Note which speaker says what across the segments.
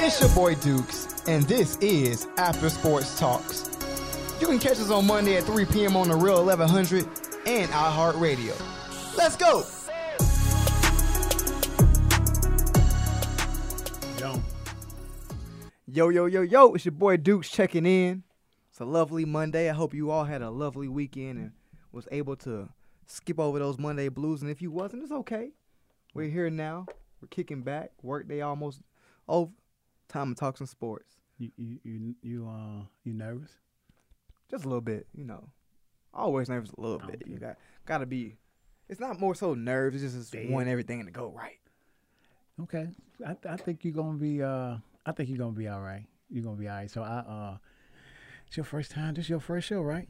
Speaker 1: It's your boy Dukes, and this is After Sports Talks. You can catch us on Monday at 3 p.m. on the Real 1100 and iHeartRadio. Let's go!
Speaker 2: Yo,
Speaker 1: Yo, yo, yo, yo, it's your boy Dukes checking in. It's a lovely Monday. I hope you all had a lovely weekend and was able to skip over those Monday blues. And if you wasn't, it's okay. We're here now. We're kicking back. Work day almost over. Time to talk some sports.
Speaker 2: you you you you uh you nervous?
Speaker 1: Just a little bit, you know. Always nervous a little bit. You got gotta be it's not more so nerves, it's just
Speaker 2: Damn.
Speaker 1: want everything to go right.
Speaker 2: Okay, I th- I think you're gonna be uh I think you're gonna be all right. You're gonna be all right. So I uh, it's your first time. This your first show, right?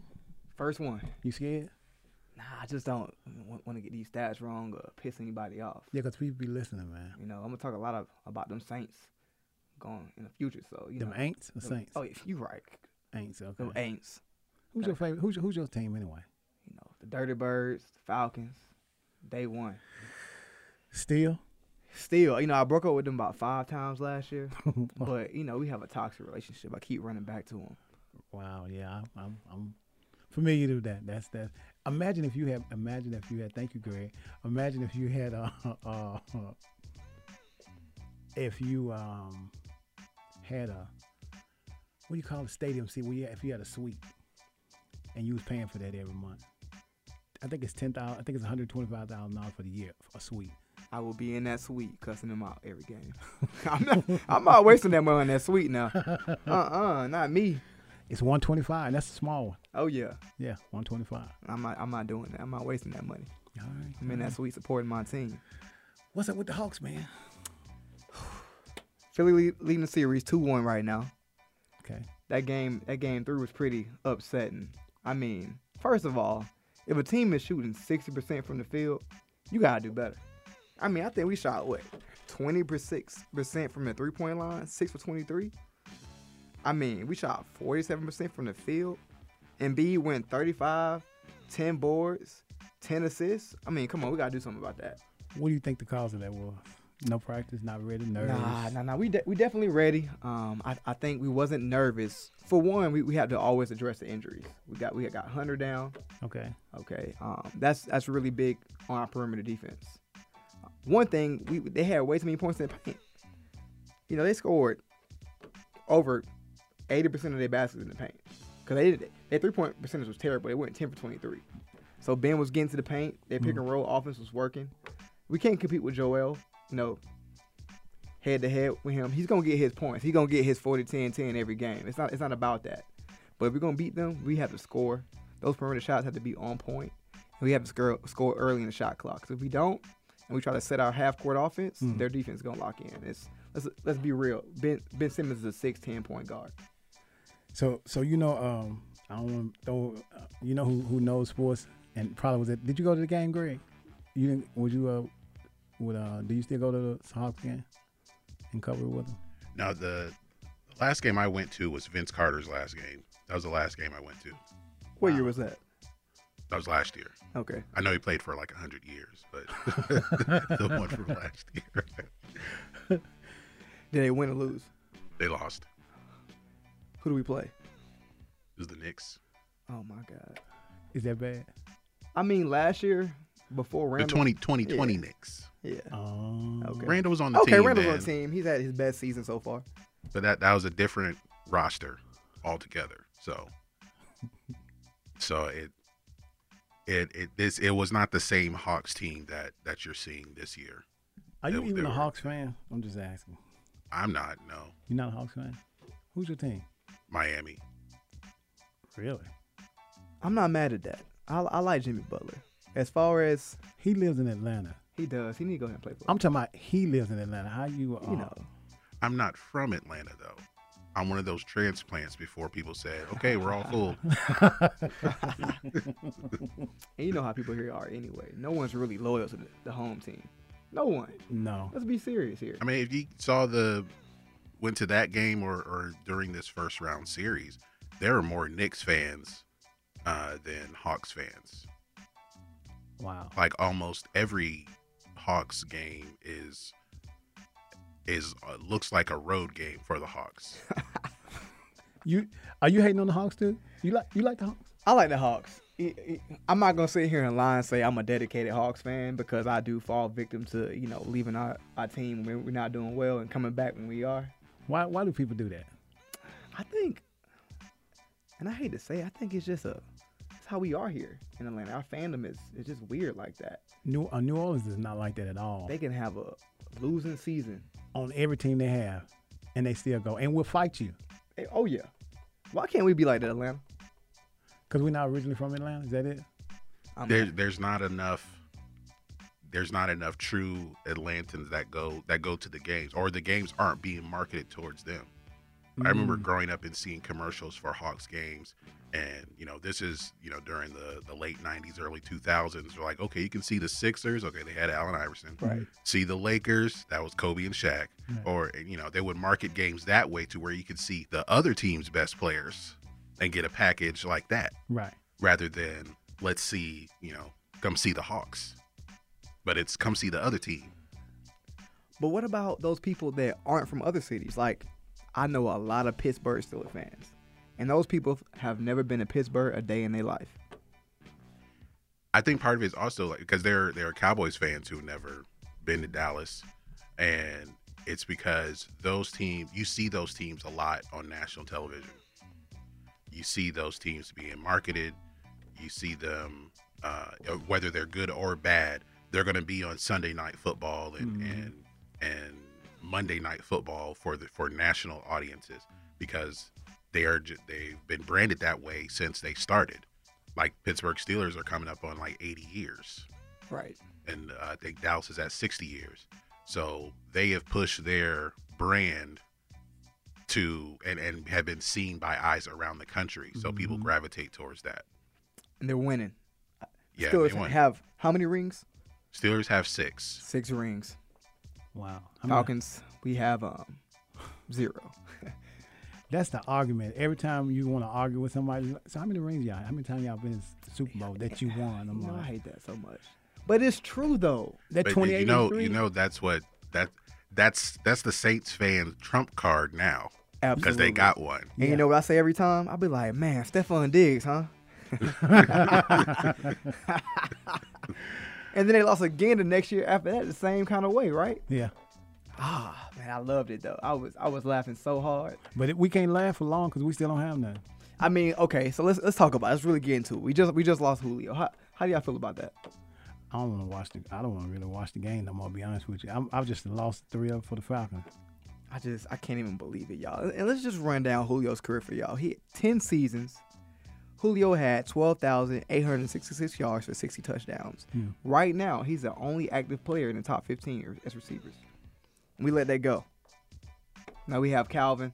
Speaker 1: First one.
Speaker 2: You scared?
Speaker 1: Nah, I just don't want to get these stats wrong or piss anybody off.
Speaker 2: Yeah, cause people be listening, man.
Speaker 1: You know, I'm gonna talk a lot of, about them Saints going in the future. So you
Speaker 2: Them
Speaker 1: know,
Speaker 2: aints or
Speaker 1: them-
Speaker 2: saints?
Speaker 1: Oh, yeah, you right.
Speaker 2: Aints. Okay.
Speaker 1: Them Aints.
Speaker 2: Who's your favorite? Who's your, who's your team anyway?
Speaker 1: You know, the Dirty Birds, the Falcons. Day one.
Speaker 2: Still.
Speaker 1: Still, you know, I broke up with them about five times last year, but you know, we have a toxic relationship. I keep running back to them.
Speaker 2: Wow. Yeah, I'm, I'm, I'm familiar with that. That's that. Imagine if you had. Imagine if you had. Thank you, Greg. Imagine if you had. Uh, uh, if you um had a what do you call it? Stadium seat. Well, yeah, if you had a suite and you was paying for that every month. I think it's ten thousand. I think it's one hundred twenty-five thousand dollars for the year for a suite.
Speaker 1: I will be in that suite cussing them out every game. I'm not, I'm not wasting that money on that suite now. Uh uh not me.
Speaker 2: It's one twenty-five, and that's a small one.
Speaker 1: Oh yeah,
Speaker 2: Yeah, one twenty-five.
Speaker 1: I'm not. I'm not doing that. I'm not wasting that money.
Speaker 2: All right.
Speaker 1: I'm in that suite supporting my team.
Speaker 2: What's up with the Hawks, man?
Speaker 1: Philly le- leading the series two one right now.
Speaker 2: Okay.
Speaker 1: That game that game three was pretty upsetting. I mean, first of all, if a team is shooting sixty percent from the field, you gotta do better. I mean, I think we shot what twenty percent from the three point line, six for twenty three. I mean, we shot forty seven percent from the field. And B went 35, 10 boards, 10 assists. I mean, come on, we got to do something about that.
Speaker 2: What do you think the cause of that was? No practice, not ready, nerves.
Speaker 1: Nah, nah, nah. We de- we definitely ready. Um, I, I think we wasn't nervous. For one, we, we have to always address the injuries. We got we got Hunter down.
Speaker 2: Okay.
Speaker 1: Okay, um, that's that's really big on our perimeter defense. One thing we they had way too many points in the paint. You know they scored over eighty percent of their baskets in the paint because they did their three point percentage was terrible. They went ten for twenty three. So Ben was getting to the paint. Their pick and roll offense was working. We can't compete with Joel. You know, head to head with him, he's gonna get his points. He's gonna get his 40, 10, 10 every game. It's not it's not about that. But if we're gonna beat them, we have to score. Those perimeter shots have to be on point, and we have to score, score early in the shot clock. So if we don't, and we try to set our half court offense, their defense is gonna lock in. It's let's let's be real. Ben Ben Simmons is a six ten point guard.
Speaker 2: So, so you know, um, I don't want to throw. Uh, you know who who knows sports and probably was it? Did you go to the game, Greg? You didn't? Would you? Uh, would uh? Do you still go to the Hawks game and cover it with them?
Speaker 3: Now the last game I went to was Vince Carter's last game. That was the last game I went to.
Speaker 1: What year was that?
Speaker 3: That was last year.
Speaker 1: Okay.
Speaker 3: I know he played for like hundred years, but the one from last year,
Speaker 1: Did they win or lose?
Speaker 3: they lost.
Speaker 1: Who do we play?
Speaker 3: It was the Knicks.
Speaker 1: Oh my god.
Speaker 2: Is that bad?
Speaker 1: I mean, last year before
Speaker 3: The
Speaker 1: Randall.
Speaker 3: 20, 2020
Speaker 1: Yeah.
Speaker 3: Knicks.
Speaker 1: Yeah.
Speaker 2: Um,
Speaker 1: Okay.
Speaker 3: Randall was on the
Speaker 1: Okay,
Speaker 3: team.
Speaker 1: Randall's
Speaker 3: then,
Speaker 1: on the team. He's had his best season so far.
Speaker 3: But that that was a different roster altogether. So, so it. It, it this it was not the same Hawks team that that you're seeing this year.
Speaker 2: Are you
Speaker 3: They-
Speaker 2: even
Speaker 3: they
Speaker 2: a
Speaker 3: were-
Speaker 2: Hawks fan? I'm just asking.
Speaker 3: I'm not no
Speaker 2: You're not a Hawks fan. Who's your team?
Speaker 3: Miami.
Speaker 2: Really?
Speaker 1: I'm not mad at that. I, I like Jimmy Butler. As far as
Speaker 2: He lives in Atlanta.
Speaker 1: he does, he need to go ahead and play for.
Speaker 2: I'm talking about he lives in Atlanta. How you? Uh,
Speaker 1: you know,
Speaker 3: I'm not from Atlanta though. I'm one of those transplants before people said, "Okay, we're all cool."
Speaker 1: and you know how people here are anyway. No one's really loyal to the, the home team. No one.
Speaker 2: No.
Speaker 1: Let's be serious here.
Speaker 3: I mean, if you saw the went to that game or, or during this first round series, there are more Knicks fans uh, than Hawks fans.
Speaker 2: Wow.
Speaker 3: Like almost every Hawks game is is uh, looks like a road game for the Hawks.
Speaker 2: You are you hating on the Hawks too? You like you like the Hawks?
Speaker 1: I like the Hawks. I- I- I'm not gonna sit here and lie and say I'm a dedicated Hawks fan because I do fall victim to you know leaving our, our team when we're not doing well and coming back when we are.
Speaker 2: Why why do people do that?
Speaker 1: I think, and I hate to say, it, I think it's just a it's how we are here in Atlanta. Our fandom is is just weird like that.
Speaker 2: New uh, New Orleans is not like that at all.
Speaker 1: They can have a losing season.
Speaker 2: on every team they have, and they still go and we'll fight you
Speaker 1: They, oh yeah, why can't we be like that, Atlanta?
Speaker 2: because we're not originally from Atlanta. Is that it?
Speaker 1: I'm
Speaker 3: There, there's not enough. There's not enough true Atlantans that go that go to the games, or the games aren't being marketed towards them. I remember
Speaker 2: Mm.
Speaker 3: growing up and seeing commercials for Hawks games, and you know this is you know during the the late '90s, early 2000s. They're like, okay, you can see the Sixers. Okay, they had Allen Iverson.
Speaker 2: Mm-hmm.
Speaker 1: right.
Speaker 3: See the Lakers. That was Kobe and Shaq.
Speaker 2: Right.
Speaker 3: Or and, you know they would market games that way to where you could see the other team's best players and get a package like that
Speaker 2: Right.
Speaker 3: rather than let's see you know come see the Hawks. But it's come see the other team.
Speaker 1: But what about those people that aren't from other cities? Like, I know a lot of Pittsburgh Steelers fans, and those people have never been to Pittsburgh a day in their life.
Speaker 3: I think part of it is also like because there there are Cowboys fans who never been to Dallas, and it's because those teams you see those teams a lot on national television. You see those teams being marketed. You see them, uh, whether they're good or bad, they're going to be on Sunday night football and
Speaker 2: Mhm.
Speaker 3: and and Monday night football for the for national audiences because they are ju- they've been branded that way since they started like Pittsburgh Steelers are coming up on like 80 years,
Speaker 1: Right.
Speaker 3: and uh, I think Dallas is at 60 years. So they have pushed their brand to and and have been seen by eyes around the country. So people
Speaker 2: Mhm.
Speaker 3: gravitate towards that.
Speaker 1: And they're winning.
Speaker 3: Yeah,
Speaker 1: Steelers
Speaker 3: they won.
Speaker 1: have how many rings?
Speaker 3: Steelers have six.
Speaker 1: Six rings.
Speaker 2: Wow. I mean,
Speaker 1: Falcons, we have um zero.
Speaker 2: That's the argument. Every time you want to argue with somebody, so how many rings y'all? How many times y'all been in Super Bowl that you won? I'm
Speaker 1: You know, I
Speaker 2: like,
Speaker 1: hate that so much. But it's true though.
Speaker 2: that
Speaker 3: But
Speaker 2: 28
Speaker 3: you know,
Speaker 2: and
Speaker 3: you
Speaker 2: three?
Speaker 3: know that's what that that's that's the Saints fan trump card now
Speaker 1: Absolutely.
Speaker 3: because they got one.
Speaker 1: And you know what I say every time? I'll be like, man, Stephon Diggs, huh? and then they lost again the next year after that, the same kind of way, right?
Speaker 2: Yeah.
Speaker 1: Ah, man, I loved it though. I was I was laughing so hard.
Speaker 2: But it, we can't laugh for long because we still don't have none.
Speaker 1: I mean, okay, so let's let's talk about. It. Let's really get into it. We just we just lost Julio. How how do y'all feel about that?
Speaker 2: I don't want to watch the. I don't want to really watch the game no more. to Be honest with you, I'm, I've just lost three up for the Falcons.
Speaker 1: I just I can't even believe it, y'all. And let's just run down Julio's career for y'all. He had 10 seasons. Julio had 12,866 yards for 60 touchdowns.
Speaker 2: Hmm.
Speaker 1: Right now, he's the only active player in the top 15 re- as receivers. We let that go. Now we have Calvin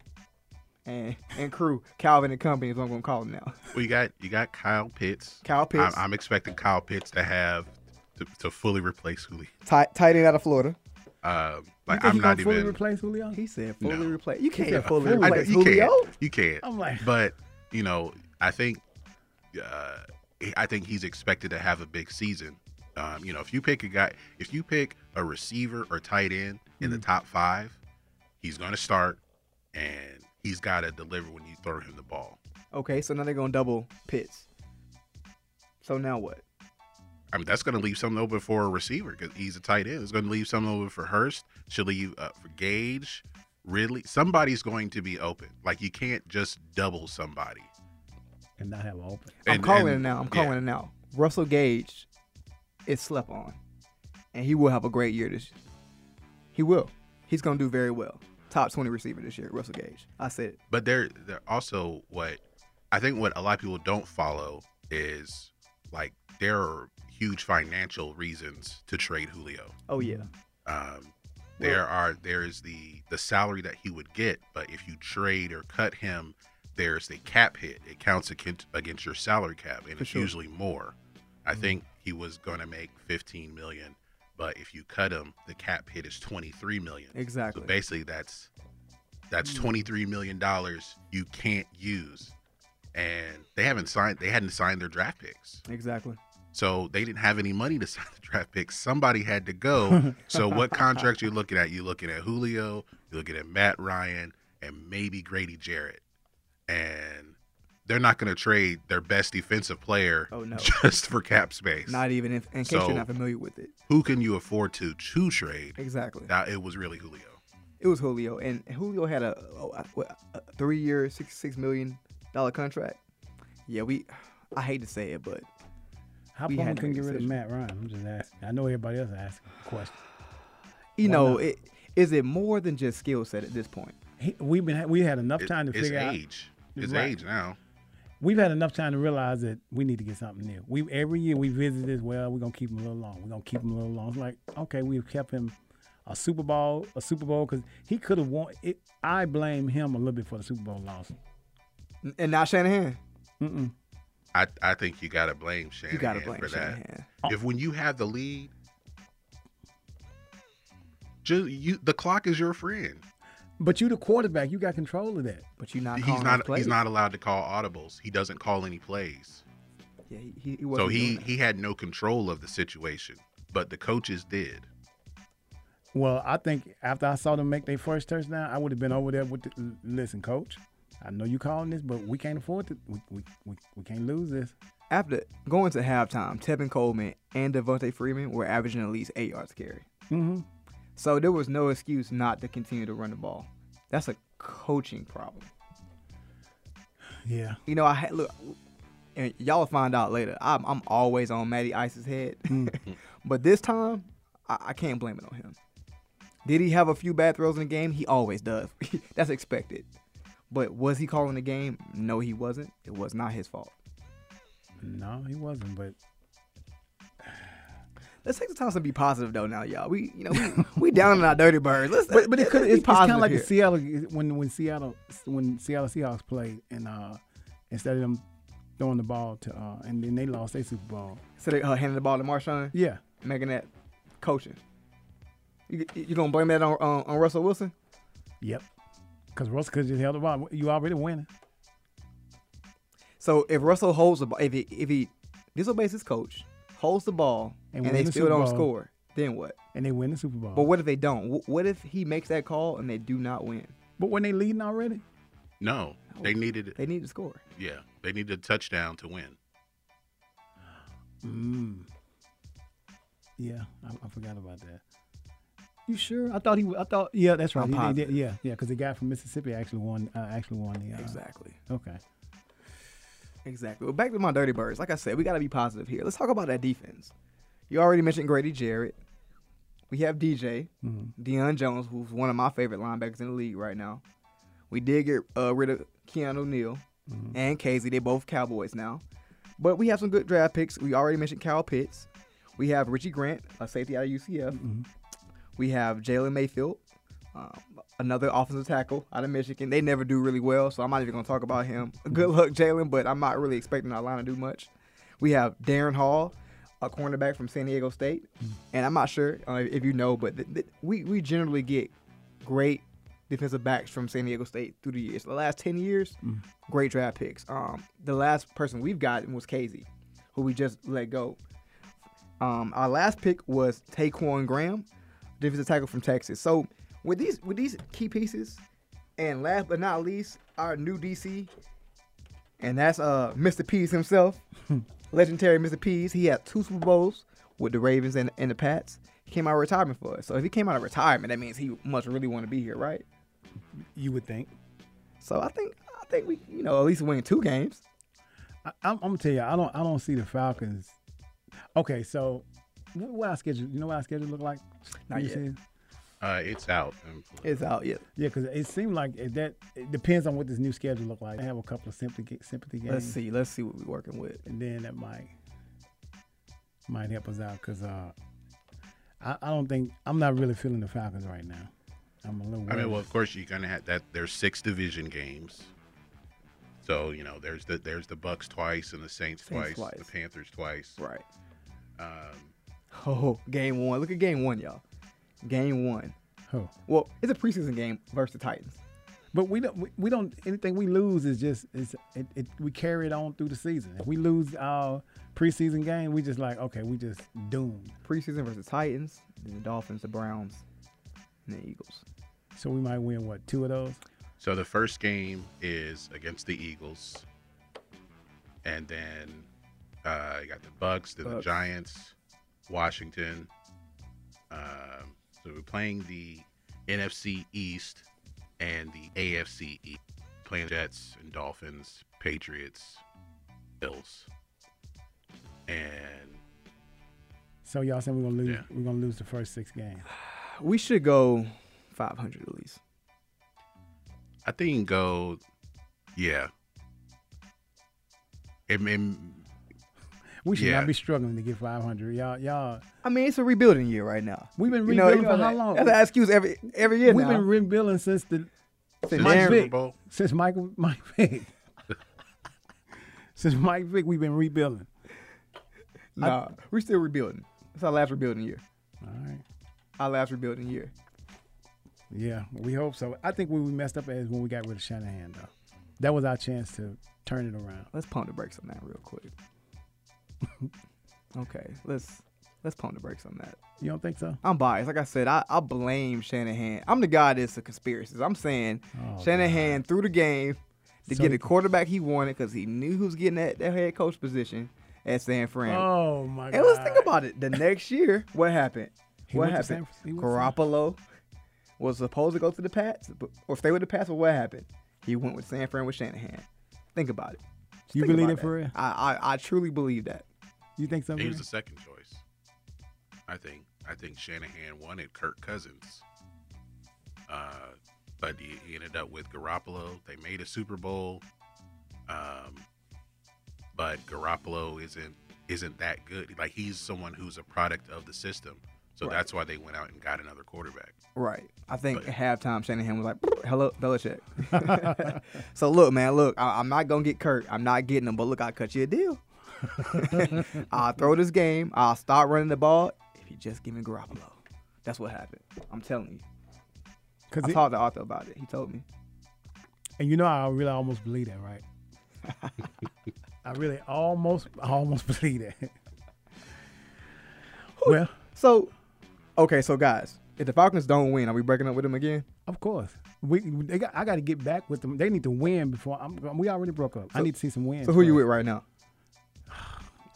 Speaker 1: and and crew. Calvin and company is what I'm gonna call him now.
Speaker 3: Well, you got you got Kyle Pitts.
Speaker 1: Kyle Pitts,
Speaker 3: I'm, I'm expecting Kyle Pitts to have to, to fully replace Julio.
Speaker 1: tight, tight end out of Florida.
Speaker 3: Um,
Speaker 2: You
Speaker 3: like
Speaker 2: think
Speaker 3: I'm
Speaker 2: he gonna
Speaker 3: not
Speaker 2: fully
Speaker 3: even.
Speaker 2: replace Julio?
Speaker 1: He said fully
Speaker 3: No.
Speaker 1: replace. You can't
Speaker 2: said
Speaker 1: fully
Speaker 2: fully
Speaker 3: I-
Speaker 1: replace
Speaker 3: you
Speaker 1: Julio.
Speaker 3: can't. You can't.
Speaker 2: I'm like,
Speaker 3: But you know, I think, uh, I think he's expected to have a big season. Um, you know, if you pick a guy, if you pick a receiver or tight end in
Speaker 1: Mm.
Speaker 3: the top five, he's going to start, and he's got to deliver when you throw him the ball.
Speaker 1: Okay, so now they're gonna double Pitts. So now what?
Speaker 3: I mean, that's going to leave something open for a receiver because he's a tight end. It's going to leave something open for Hurst. Should leave uh, for Gage, Ridley. Somebody's going to be open. Like you can't just double somebody.
Speaker 2: and not have an open.
Speaker 1: I'm
Speaker 3: And-
Speaker 1: calling
Speaker 3: and-
Speaker 1: it now. I'm
Speaker 3: yeah.
Speaker 1: calling it now. Russell Gage is slept on, and he will have a great year this. He will. He's gonna do very well. Top twenty receiver this year, Russell Gage. I said it.
Speaker 3: but they're they're also what I think what a lot of people don't follow is like there are huge financial reasons to trade Julio.
Speaker 1: Oh yeah.
Speaker 3: Um, there are there is the the salary that he would get, but if you trade or cut him, there's the cap hit. It counts against against your salary cap, and
Speaker 1: For
Speaker 3: it's
Speaker 1: sure. Mm-hmm.
Speaker 3: usually more. I think he was going to make 15 million, but if you cut him, the cap hit is 23 million. So
Speaker 1: Exactly.
Speaker 3: basically, that's that's
Speaker 2: Hmm.
Speaker 3: twenty three million dollars you can't use, and they haven't signed. They hadn't signed their draft picks,
Speaker 1: exactly.
Speaker 3: So they didn't have any money to sign the draft picks. Somebody had to go. so what contracts you looking at? You're looking at Julio, you're looking at Matt Ryan, and maybe Grady Jarrett. And they're not going to trade their best defensive player
Speaker 1: Oh, no.
Speaker 3: just for cap space.
Speaker 1: Not even if, in case
Speaker 3: So-
Speaker 1: you're not familiar with it.
Speaker 3: Who can you afford to to trade?
Speaker 1: Exactly.
Speaker 3: Now it was really Julio.
Speaker 1: It was Julio, and Julio had a, oh, I- what, a three-year, sixty-six million dollar contract. Yeah, we. I hate to say it, but
Speaker 2: How
Speaker 1: We
Speaker 2: come we
Speaker 1: had to
Speaker 2: couldn't
Speaker 1: make
Speaker 2: get
Speaker 1: a
Speaker 2: rid
Speaker 1: decision.
Speaker 2: of Matt Ryan? I'm just asking. I know everybody else asking questions.
Speaker 1: you
Speaker 2: Why
Speaker 1: know,
Speaker 2: not?
Speaker 1: it is it more than just skill set at this point.
Speaker 2: He, we've been we had enough
Speaker 3: It-
Speaker 2: time to
Speaker 3: it's
Speaker 2: figure out.
Speaker 3: age. It's
Speaker 2: Right.
Speaker 3: age now.
Speaker 2: We've had enough time to realize that we need to get something new. We every year we visit this. Well, we're gonna keep him a little long. We're gonna keep him a little long. It's like okay, we've kept him a Super Bowl, a Super Bowl because he could have won. It, I blame him a little bit for the Super Bowl loss.
Speaker 1: N- And not Shanahan.
Speaker 2: Mm-mm.
Speaker 3: I, I think you gotta blame Shanahan
Speaker 1: You gotta blame
Speaker 3: for that.
Speaker 1: Shanahan.
Speaker 3: If when you have the lead, just you the clock is your friend.
Speaker 2: But you the quarterback. You got control of that.
Speaker 1: But you're not.
Speaker 3: he's
Speaker 1: calling
Speaker 3: not
Speaker 1: plays.
Speaker 3: he's not allowed to call audibles. He doesn't call any plays.
Speaker 1: Yeah, he, he, he wasn't.
Speaker 3: So
Speaker 1: doing
Speaker 3: he
Speaker 1: that.
Speaker 3: he had no control of the situation, but the coaches did.
Speaker 2: Well, I think after I saw them make their first touchdown, I would have been over there with the l- listen, coach. I know you calling this, but we can't afford to. We we, we, we can't lose this.
Speaker 1: After going to halftime, Tevin Coleman and Devontae Freeman were averaging at least eight yards carry.
Speaker 2: Mm-hmm.
Speaker 1: So there was no excuse not to continue to run the ball. That's a coaching problem.
Speaker 2: Yeah.
Speaker 1: You know, I had look, and y'all will find out later. I'm, I'm always on Matty Ice's head,
Speaker 2: Mm.
Speaker 1: but this time I, I can't blame it on him. Did he have a few bad throws in the game? He always does. That's expected. But was he calling the game? No, he wasn't. It was not his fault.
Speaker 2: No, he wasn't. But
Speaker 1: Let's take the time to be positive though. Now, y'all, we you know we, we down in our dirty birds. Let's
Speaker 2: but, but it
Speaker 1: let's
Speaker 2: could.
Speaker 1: be
Speaker 2: It's, it's kind
Speaker 1: positive
Speaker 2: of like
Speaker 1: here.
Speaker 2: the Seattle when when Seattle when Seattle Seahawks played and uh instead of them throwing the ball to uh and then they lost their Super Bowl.
Speaker 1: So they uh, handed the ball to Marshawn,
Speaker 2: Yeah.
Speaker 1: making that coaching. You, you gonna blame that on on, on Russell Wilson?
Speaker 2: Yep. Because Russell could just held the ball. You already winning.
Speaker 1: So if Russell holds the ball, if he if he disobeys his coach, holds the ball,
Speaker 2: And
Speaker 1: and,
Speaker 2: win
Speaker 1: they
Speaker 2: the
Speaker 1: still
Speaker 2: Super
Speaker 1: don't
Speaker 2: Bowl.
Speaker 1: score, then what?
Speaker 2: And they win the Super Bowl.
Speaker 1: But what if they don't? Wh- What if he makes that call and they do not win?
Speaker 2: but when they leading already,
Speaker 3: No, they
Speaker 1: Oh.
Speaker 3: needed
Speaker 1: They need to score.
Speaker 3: yeah, they needed a touchdown to win.
Speaker 2: Mm. Yeah, I, I forgot about that. You sure? I thought he. wa- I thought. Yeah, that's right.
Speaker 1: I'm
Speaker 2: He- he did-
Speaker 1: positive.
Speaker 2: yeah, yeah, because the guy from Mississippi actually won. Uh, actually won the. Uh,
Speaker 1: Exactly.
Speaker 2: Okay.
Speaker 1: Exactly. Well, back to my dirty birds. Like I said, we got to be positive here. Let's talk about that defense. You already mentioned Grady Jarrett. We have DJ,
Speaker 2: Mhm.
Speaker 1: Deion Jones, who's one of my favorite linebackers in the league right now. We did get uh, rid of Keanu Neal and Casey. They're both Cowboys now. But we have some good draft picks. We already mentioned Kyle Pitts. We have Richie Grant, a safety out of UCF. We have Jalen Mayfield, um, another offensive tackle out of Michigan. They never do really well, so I'm not even going to talk about him. Good luck, Jalen, but I'm not really expecting our line to do much. We have Darren Hall, a cornerback from San Diego State, and I'm not sure uh, if you know, but th- th- we we generally get great defensive backs from San Diego State through the years. The last ten years, great draft picks. Um, the last person we've gotten was Casey, who we just let go. Um, our last pick was Taquan Graham, defensive tackle from Texas. So with these with these key pieces, and last but not least, our new DC, and that's uh Mr. Pease himself, legendary Mr. Pease. He had two Super Bowls with the Ravens and, and the Pats. He came out of retirement for us. So if he came out of retirement, that means he must really want to be here, right?
Speaker 2: You would think.
Speaker 1: So I think I think we you know at least win two games.
Speaker 2: I, I'm, I'm gonna tell you, I don't. I don't see the Falcons. Okay, so what, what our schedule? You know what our schedule look like?
Speaker 1: Not
Speaker 2: You
Speaker 1: yet.
Speaker 2: see?
Speaker 3: Uh, it's out.
Speaker 1: It's out, yeah.
Speaker 2: Yeah, because it seemed like it, that. It depends on what this new schedule look like. I have a couple of sympathy sympathy games.
Speaker 1: Let's see, let's see what we're working with.
Speaker 2: and then that might might help us out because uh, I, I don't think I'm not really feeling the Falcons right now. I'm a little.
Speaker 3: I mean,
Speaker 2: worried.
Speaker 3: well, of course you're gonna have that. There's six division games, so you know there's the there's the Bucks twice and the Saints,
Speaker 1: Saints
Speaker 3: twice, the
Speaker 1: twice.
Speaker 3: Panthers twice.
Speaker 1: Right.
Speaker 3: Um,
Speaker 1: Oh, game one. Look at game one, y'all. Game one.
Speaker 2: Who?
Speaker 1: Well, it's a preseason game versus the Titans.
Speaker 2: But we don't. We, we don't. Anything we lose is just. It's. It, it. We carry it on through the season. If we lose our preseason game, we just like okay, we just doomed.
Speaker 1: Preseason versus Titans, then the Dolphins, the Browns, and the Eagles.
Speaker 2: So we might win what two of those.
Speaker 3: So the first game is against the Eagles, and then uh, you got the Bucks, then the
Speaker 1: Bucks.
Speaker 3: Giants, Washington. Um, so we're playing the NFC East and the AFC East, playing Jets and Dolphins, Patriots, Bills, and
Speaker 2: So y'all saying we're gonna lose?
Speaker 3: Yeah.
Speaker 2: We're gonna lose the first six games.
Speaker 1: We should go 500 at least.
Speaker 3: I think you can go, yeah. It, it,
Speaker 2: We should
Speaker 3: Yeah.
Speaker 2: not be struggling to get 500. Y'all, y'all.
Speaker 1: I mean, it's a rebuilding year right now.
Speaker 2: We've been
Speaker 1: You know,
Speaker 2: rebuilding
Speaker 1: you know
Speaker 2: for how
Speaker 1: that-
Speaker 2: long?
Speaker 1: That's an excuse every every year
Speaker 2: We've
Speaker 1: now.
Speaker 2: been rebuilding since the
Speaker 1: Since
Speaker 2: Mike
Speaker 1: Aaron-
Speaker 2: Vick. since Michael Mike Vick. since Mike Vick, we've been rebuilding.
Speaker 1: Nah, we're still rebuilding. It's our last rebuilding year.
Speaker 2: All right.
Speaker 1: Our last rebuilding year.
Speaker 2: Yeah, we hope so. I think where we messed up is when we got rid of Shanahan, though. That was our chance to turn it around.
Speaker 1: Let's pump the brakes on that real quick. okay, let's let's pump the brakes on that.
Speaker 2: You don't think so?
Speaker 1: I'm biased. Like I said, I, I blame Shanahan. I'm the guy that's a conspiracist. I'm saying
Speaker 2: Oh,
Speaker 1: Shanahan threw the game to
Speaker 2: So
Speaker 1: get
Speaker 2: he-
Speaker 1: a quarterback he wanted because he knew who was getting that, that head coach position at San Fran.
Speaker 2: Oh my god.
Speaker 1: and let's think about it. The next year, what happened?
Speaker 2: He
Speaker 1: what
Speaker 2: went to San
Speaker 1: happened?
Speaker 2: Fran- he went to San-
Speaker 1: Garoppolo was supposed to go to the Pats, but, or stay with the Pats. But what happened? He went with San Fran with Shanahan. Think about it. Just
Speaker 2: You
Speaker 1: think
Speaker 2: believe
Speaker 1: about
Speaker 2: it for real?
Speaker 1: I, I I truly believe that.
Speaker 2: You think so?
Speaker 3: He was
Speaker 2: man?
Speaker 3: the second choice. I think. I think Shanahan wanted Kirk Cousins, uh, but he, he ended up with Garoppolo. They made a Super Bowl, um, but Garoppolo isn't isn't that good. Like he's someone who's a product of the system, so
Speaker 1: Right.
Speaker 3: that's why they went out and got another quarterback.
Speaker 1: Right. I think
Speaker 3: But-
Speaker 1: at halftime Shanahan was like, "Hello, Belichick." so look, man, look, I, I'm not gonna get Kirk. I'm not getting him, but look, I will cut you a deal. I'll throw this game. I'll start running the ball if you just give me Garoppolo. That's what happened. I'm telling you.
Speaker 2: 'Cause
Speaker 1: I
Speaker 2: it-
Speaker 1: talked to Arthur about it. He told me.
Speaker 2: And you know, I really almost believe that, right? I really almost, I almost believe that. well,
Speaker 1: So, okay, so guys, if the Falcons don't win, are we breaking up with them again?
Speaker 2: of course, we. They got, I got to get back with them. They need to win before I'm. We already broke up. I need to see some wins.
Speaker 1: So who you with
Speaker 2: first.
Speaker 1: right now?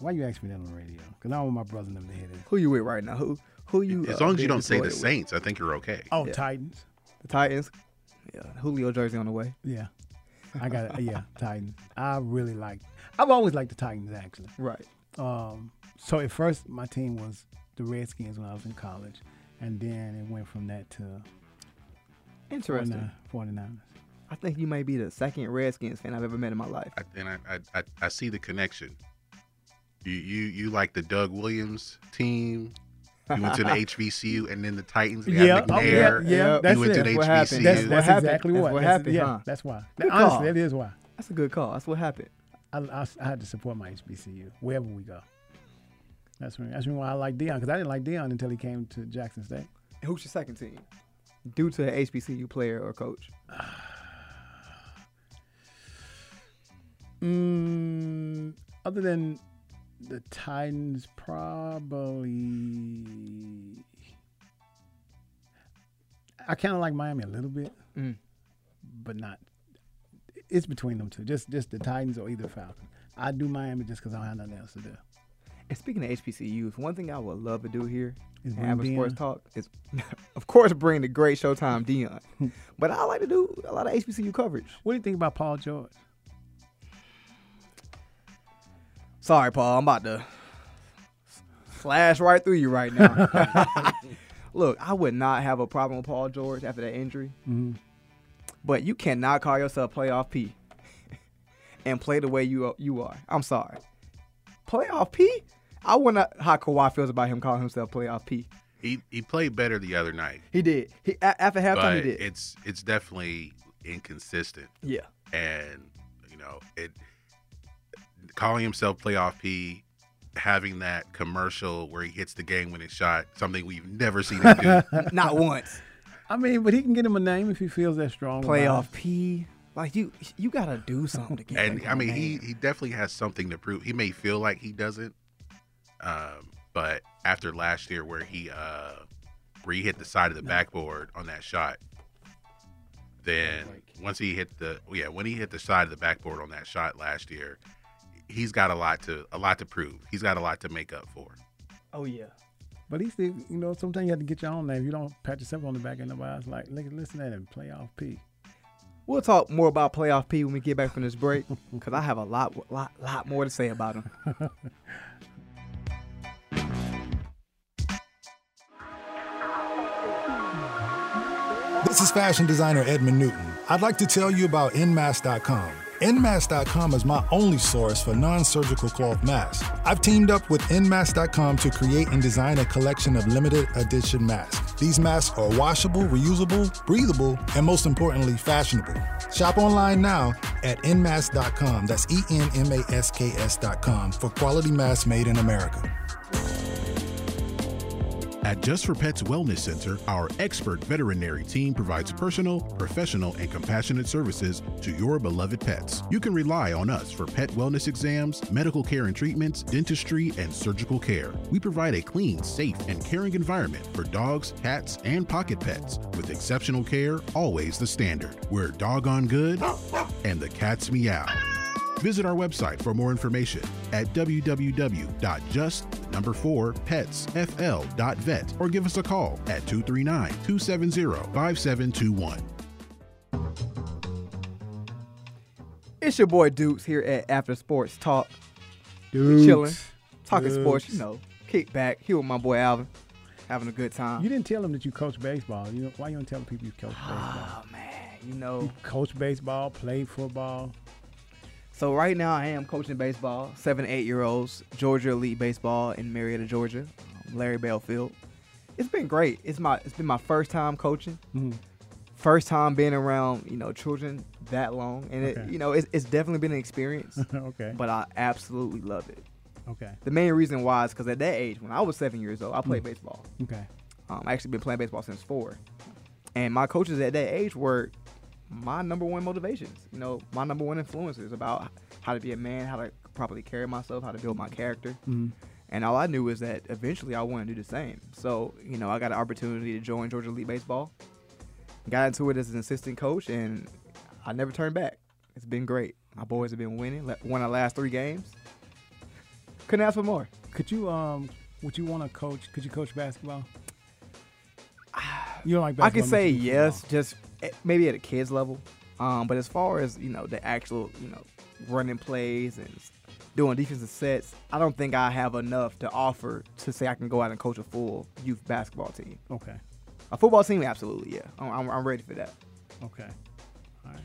Speaker 2: Why you ask me that on the radio? Because I don't want my brother and them to hear this.
Speaker 1: Who you with right now? Who who you?
Speaker 3: As
Speaker 1: uh,
Speaker 3: long as
Speaker 1: being
Speaker 3: you don't say the
Speaker 1: disloyal with?
Speaker 3: Saints, I think you're okay.
Speaker 2: Oh,
Speaker 1: Yeah.
Speaker 2: Titans.
Speaker 1: The Titans. Yeah, Julio jersey on the way.
Speaker 2: Yeah, I got it. Yeah, Titans. I really like. I've always liked the Titans actually.
Speaker 1: Right.
Speaker 2: Um, so at first, my team was the Redskins when I was in college, and then it went from that to
Speaker 1: Interesting.
Speaker 2: 49, 49ers.
Speaker 1: I think you may be the second Redskins fan I've ever met in my life.
Speaker 3: I, and I, I, I, I see the connection. You, you, you like the Doug Williams team. You went to the HBCU and then the Titans. They
Speaker 2: Yeah,
Speaker 3: had
Speaker 2: oh,
Speaker 3: McNair.
Speaker 2: yeah, yeah,
Speaker 1: Yep.
Speaker 2: that's
Speaker 3: you went
Speaker 2: it.
Speaker 3: to the
Speaker 1: What
Speaker 3: HBCU.
Speaker 1: happened?
Speaker 2: That's,
Speaker 1: What
Speaker 2: that's
Speaker 1: happened?
Speaker 2: exactly
Speaker 1: That's
Speaker 2: what.
Speaker 1: what
Speaker 2: that's,
Speaker 1: happened,
Speaker 2: Yeah,
Speaker 1: huh?
Speaker 2: that's why.
Speaker 1: Good
Speaker 2: Honestly,
Speaker 1: call.
Speaker 2: that is why.
Speaker 1: That's a good call. That's what happened.
Speaker 2: I, I, I had to support my HBCU wherever we go. That's when, that's when why I like Dion because I didn't like Dion until he came to Jackson State.
Speaker 1: And who's your second team? Due to an HBCU player or coach.
Speaker 2: Mm, other than the Titans, probably I kind of like Miami a little bit,
Speaker 1: Mm.
Speaker 2: but not. It's between them two. Just just the Titans or either Falcon. I do Miami just because I don't have nothing else to do.
Speaker 1: And speaking of HBCUs, one thing I would love to do here
Speaker 2: Is
Speaker 1: in
Speaker 2: bring
Speaker 1: Avid Sports
Speaker 2: Deion.
Speaker 1: Talk is, of course, bring the great Showtime Dion. but I like to do a lot of HBCU coverage.
Speaker 2: What do you think about Paul George?
Speaker 1: Sorry, Paul. I'm about to flash right through you right now. Look, I would not have a problem with Paul George after that injury, but you cannot call yourself playoff P and play the way you you are. I'm sorry, playoff P. I wonder how Kawhi feels about him calling himself playoff P.
Speaker 3: He, he played better the other night,
Speaker 1: He did. He a- after halftime
Speaker 3: but
Speaker 1: he did.
Speaker 3: it's it's definitely inconsistent.
Speaker 1: yeah,
Speaker 3: And you know, it calling himself playoff P, having that commercial where he hits the game winning shot, something we've never seen him do.
Speaker 1: not once.
Speaker 2: I mean, but he can get him a name if he feels that strong. about it.
Speaker 1: Playoff P. Like you, you gotta do something to get.
Speaker 3: and
Speaker 1: that
Speaker 3: I mean,
Speaker 1: guy
Speaker 3: he
Speaker 1: a name.
Speaker 3: he definitely has something to prove. He may feel like he doesn't, um, but after last year where he uh, where he hit the side of the backboard on that shot, then once he hit the yeah when he hit the side of the backboard on that shot last year, he's got a lot to a lot to prove. He's got a lot to make up for.
Speaker 1: Oh yeah.
Speaker 2: But he still, you know, sometimes you have to get your own name. You don't pat yourself on the back and nobody else like, look, listen at him, playoff P.
Speaker 1: We'll talk more about playoff P when we get back from this break, because I have a lot, lot, lot more to say about him.
Speaker 4: This is fashion designer Edmund Newton. I'd like to tell you about nmask.com. Nmask.com is my only source for non surgical cloth masks. I've teamed up with nmask.com to create and design a collection of limited edition masks. These masks are washable, reusable, breathable, and most importantly, fashionable. Shop online now at nmask.com. That's E N M A S K S.com for quality masks made in America.
Speaker 5: At Just for Pets Wellness Center, our expert veterinary team provides personal, professional, and compassionate services to your beloved pets. You can rely on us for pet wellness exams, medical care and treatments, dentistry, and surgical care. We provide a clean, safe, and caring environment for dogs, cats, and pocket pets with exceptional care, always the standard. We're doggone good, and the cats meow. Visit our website for more information at www.just4petsfl.vet or give us a call at 239-270-5721.
Speaker 1: It's your boy Dukes here at After Sports Talk,
Speaker 2: Dude.
Speaker 1: chilling, talking sports. You know, kick back here with my boy Alvin, having a good time.
Speaker 2: You didn't tell him that you coach baseball. You know, why you don't tell people you coach baseball?
Speaker 1: oh man, you know.
Speaker 2: You coach baseball, play football.
Speaker 1: So right now I am coaching baseball, seven, eight year olds, Georgia Elite Baseball in Marietta, Georgia, um, Larry Bell Field. It's been great. It's my it's been my first time coaching,
Speaker 2: Mhm.
Speaker 1: first time being around you know children that long, and it
Speaker 2: Okay.
Speaker 1: you know it's, it's definitely been an experience,
Speaker 2: okay.
Speaker 1: but I absolutely love it.
Speaker 2: okay.
Speaker 1: The main reason why is because at that age, when I was seven years old, I
Speaker 2: Mm.
Speaker 1: played baseball.
Speaker 2: Okay.
Speaker 1: Um, I actually been playing baseball since four, and my coaches at that age were my number one motivations. You know, my number one influences about how to be a man, how to properly carry myself, how to build my character. And all I knew was that eventually I wanted to do the same. So you know, I got an opportunity to join Georgia Elite Baseball, got into it as an assistant coach, and I never turned back. It's been great. My boys have been winning. Le- Won our last three games. Couldn't ask for more.
Speaker 2: Could you um would you want to coach could you coach basketball? You don't like basketball.
Speaker 1: I can
Speaker 2: much
Speaker 1: say
Speaker 2: as you
Speaker 1: yes, just at- maybe at a kid's level. Um, but as far as you know, the actual you know running plays and s- doing defensive sets, I don't think I have enough to offer to say I can go out and coach a full youth basketball team.
Speaker 2: football. Okay.
Speaker 1: A football team, absolutely, yeah. I'm, I'm, I'm ready for that.
Speaker 2: Okay. All right.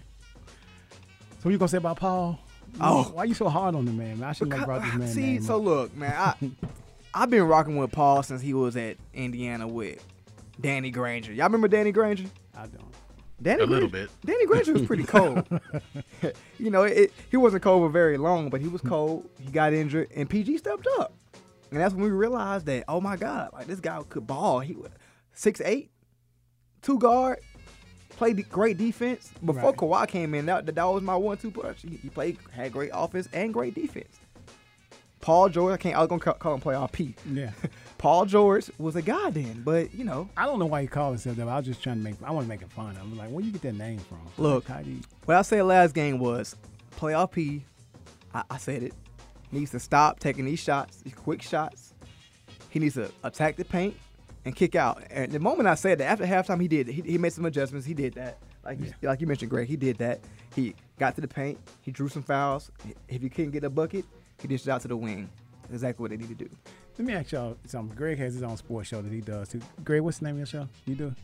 Speaker 2: So what you gonna say about Paul?
Speaker 1: Oh.
Speaker 2: why you so hard on the man? man? I should have brought this man.
Speaker 1: Ah, See,
Speaker 2: name
Speaker 1: so
Speaker 2: up.
Speaker 1: look, man, I I've been rocking with Paul since he was at Indiana with Danny Granger. Y'all remember Danny Granger?
Speaker 2: I don't.
Speaker 1: Danny
Speaker 3: A little
Speaker 1: Granger-
Speaker 3: bit.
Speaker 1: Danny Granger was pretty cold. you know, it, he wasn't cold for very long, but he was cold. He got injured, and PG stepped up, and that's when we realized that oh my god, like this guy could ball. He was six eight, two guard, played de- great defense. Before
Speaker 2: Right.
Speaker 1: Kawhi came in, that that was my one two punch. He, he played had great offense and great defense. Paul George, I can't. I was gonna ca- call him playoff P.
Speaker 2: Yeah.
Speaker 1: Paul George was a god then, but you know,
Speaker 2: I don't know why he called himself that. But I was just trying to make. I want to make it fun. I'm like, where you get that name from?
Speaker 1: Look.
Speaker 2: Like, how do you-
Speaker 1: What I said last game was playoff P. I, I said it needs to stop taking these shots, these quick shots. He needs to attack the paint and kick out. And the moment I said that, after halftime, he did. He, he made some adjustments. He did that. Like you, like you mentioned, Greg, he did that. He got to the paint. He drew some fouls. If he couldn't get a bucket, he dished it out to the wing. Exactly what they need to do.
Speaker 2: Let me ask y'all something. Greg has his own sports show that he does too. Greg, what's the name of your show? You do?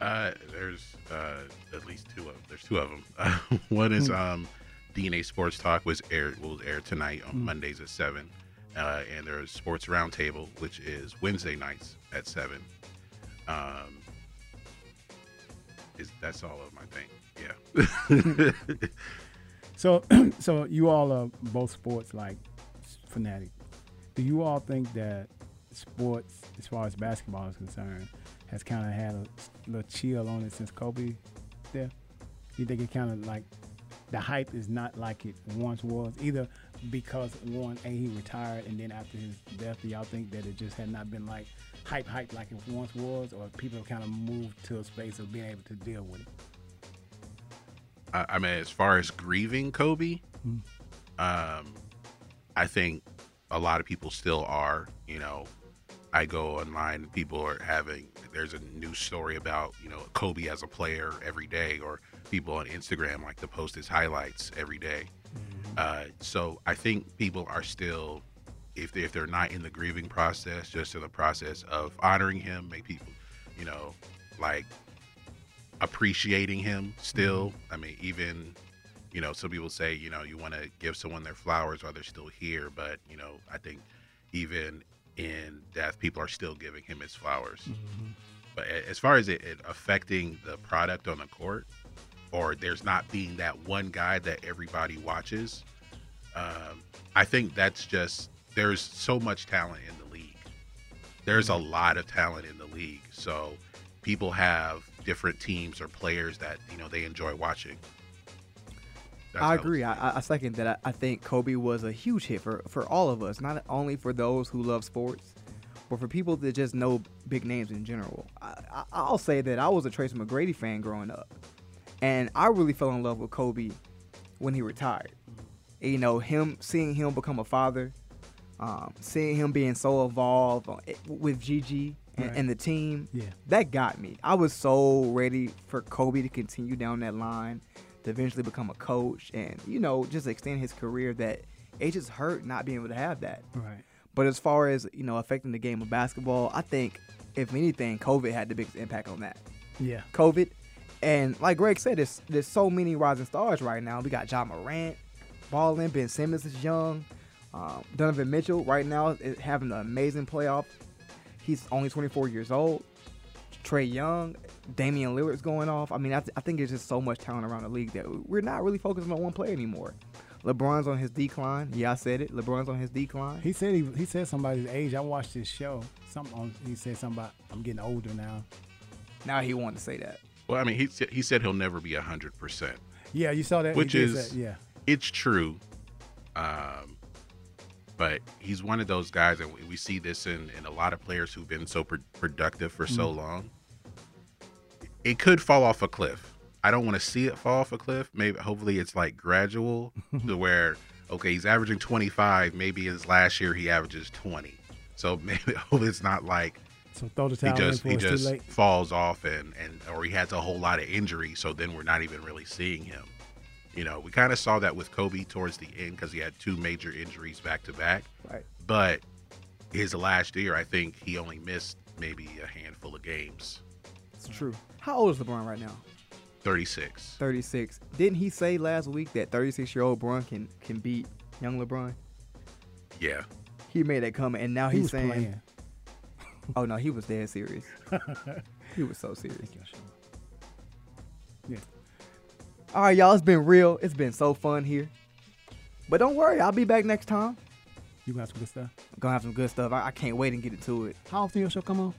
Speaker 3: Uh, there's uh, at least two of there's two of them. One
Speaker 5: Hmm.
Speaker 3: is um, DNA Sports Talk was aired will air tonight
Speaker 5: Hmm.
Speaker 3: on Mondays at seven, uh, and there's Sports Roundtable which is Wednesday nights at seven. Um, is that's all of my thing? Yeah.
Speaker 2: So, so you all are both sports like fanatic. Do you all think that sports, as far as basketball is concerned, has kind of had a little chill on it since Kobe there. You think it kind of like the hype is not like it once was either because one a he retired and then after his death do y'all think that it just had not been like hype hype like it once was or people have kind of moved to a space of being able to deal with it
Speaker 3: I, I mean, as far as grieving Kobe,
Speaker 2: Mm.
Speaker 3: um, I think a lot of people still are. You know, I go online, people are having, there's a new story about, you know, Kobe as a player every day, or people on Instagram like to post his highlights every day. Uh, so I think people are still, if, they, if they're not in the grieving process, just in the process of honoring him, make people, you know, like appreciating him still. I mean, even, you know, some people say, you know, you want to give someone their flowers while they're still here. But, you know, I think even in death, people are still giving him his flowers. But a- as far as it, it affecting the product on the court, or there's not being that one guy that everybody watches, um, I think that's just there's so much talent in the league. There's a
Speaker 1: Mm-hmm.
Speaker 3: lot of talent in the league, so people have different teams or players that you know they enjoy watching. That's
Speaker 1: I
Speaker 3: how-
Speaker 1: agree. I, I- I second that. I, I think Kobe was a huge hit for, for all of us, not only for those who love sports, but for people that just know big names in general. I, I, I'll say that I was a Tracy McGrady fan growing up, and I really fell in love with Kobe when he retired. You know, him seeing him become a father, um, seeing him being so involved on, with Gigi and,
Speaker 2: Right.
Speaker 1: and the team,
Speaker 2: Yeah.
Speaker 1: that got me. I was so ready for Kobe to continue down that line, to eventually become a coach, and you know, just extend his career. That it just hurt not being able to have that.
Speaker 2: right
Speaker 1: But as far as you know, affecting the game of basketball, I think if anything, COVID had the biggest impact on that.
Speaker 2: yeah
Speaker 1: COVID. And like Greg said, there's, there's so many rising stars right now. We got John Morant, Ballin, Ben Simmons is young, um, Donovan Mitchell right now is having an amazing playoff. He's only 24 years old. Trey Young, Damian Lillard's going off. I mean, I, th- I think there's just so much talent around the league that we're not really focusing on one player anymore. LeBron's on his decline. Yeah, I said it. LeBron's on his decline.
Speaker 2: He said he, he said somebody's age. I watched his show. Some on he said something about I'm getting older now.
Speaker 1: now he wanted to say that.
Speaker 3: Well, I mean, he said- he said he'll never be hundred percent.
Speaker 2: Yeah, you saw that. He
Speaker 3: Which
Speaker 2: did
Speaker 3: is-
Speaker 2: say- yeah,
Speaker 3: it's true. Um, but he's one of those guys, and we- we see this in, in a lot of players who've been so pro- productive for so long. It could fall off a cliff. I don't want to see it fall off a cliff. Maybe, hopefully, it's like gradual to where, okay, he's averaging 25. Maybe his last year he averages 20. So maybe hopefully it's not like
Speaker 2: so throw the
Speaker 3: he
Speaker 2: towel in
Speaker 3: just
Speaker 2: before
Speaker 3: he
Speaker 2: it's too
Speaker 3: just
Speaker 2: late.
Speaker 3: falls off and and or he has a whole lot of injury so then we're not even really seeing him you know we kind of saw that with kobe towards the end because he had two major injuries back to back
Speaker 1: Right.
Speaker 3: but his last year i think he only missed maybe a handful of games
Speaker 1: It's true. How old is LeBron right now?
Speaker 3: 36
Speaker 1: 36. Didn't he say last week that 36 year old Bron can can beat young LeBron?
Speaker 3: yeah
Speaker 1: He made that comment, and now
Speaker 2: He
Speaker 1: he's
Speaker 2: was
Speaker 1: saying,
Speaker 2: playing.
Speaker 1: "Oh no, he was dead serious. he was so serious."
Speaker 2: Yeah.
Speaker 1: All right, y'all, it's been real. It's been so fun here. But don't worry, I'll be back next time.
Speaker 2: You got some good stuff.
Speaker 1: gonna have some good stuff. I, I can't wait and get into it.
Speaker 2: How often your show come on?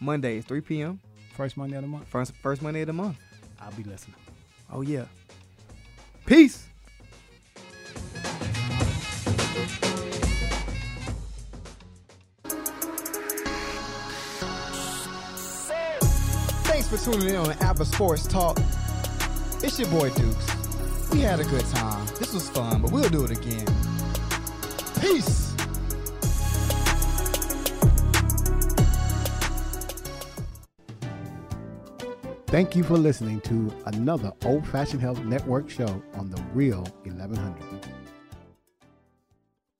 Speaker 1: Mondays, 3 p.m.
Speaker 2: First Monday of the month.
Speaker 1: First first Monday of the month.
Speaker 2: I'll be listening.
Speaker 1: Oh yeah. Peace. Thanks for tuning in on Apple Sports Talk. It's your boy Dukes. We had a good time. This was fun, but we'll do it again. Peace.
Speaker 2: Thank you for listening to another Old Fashioned Health Network show on the Real 1100.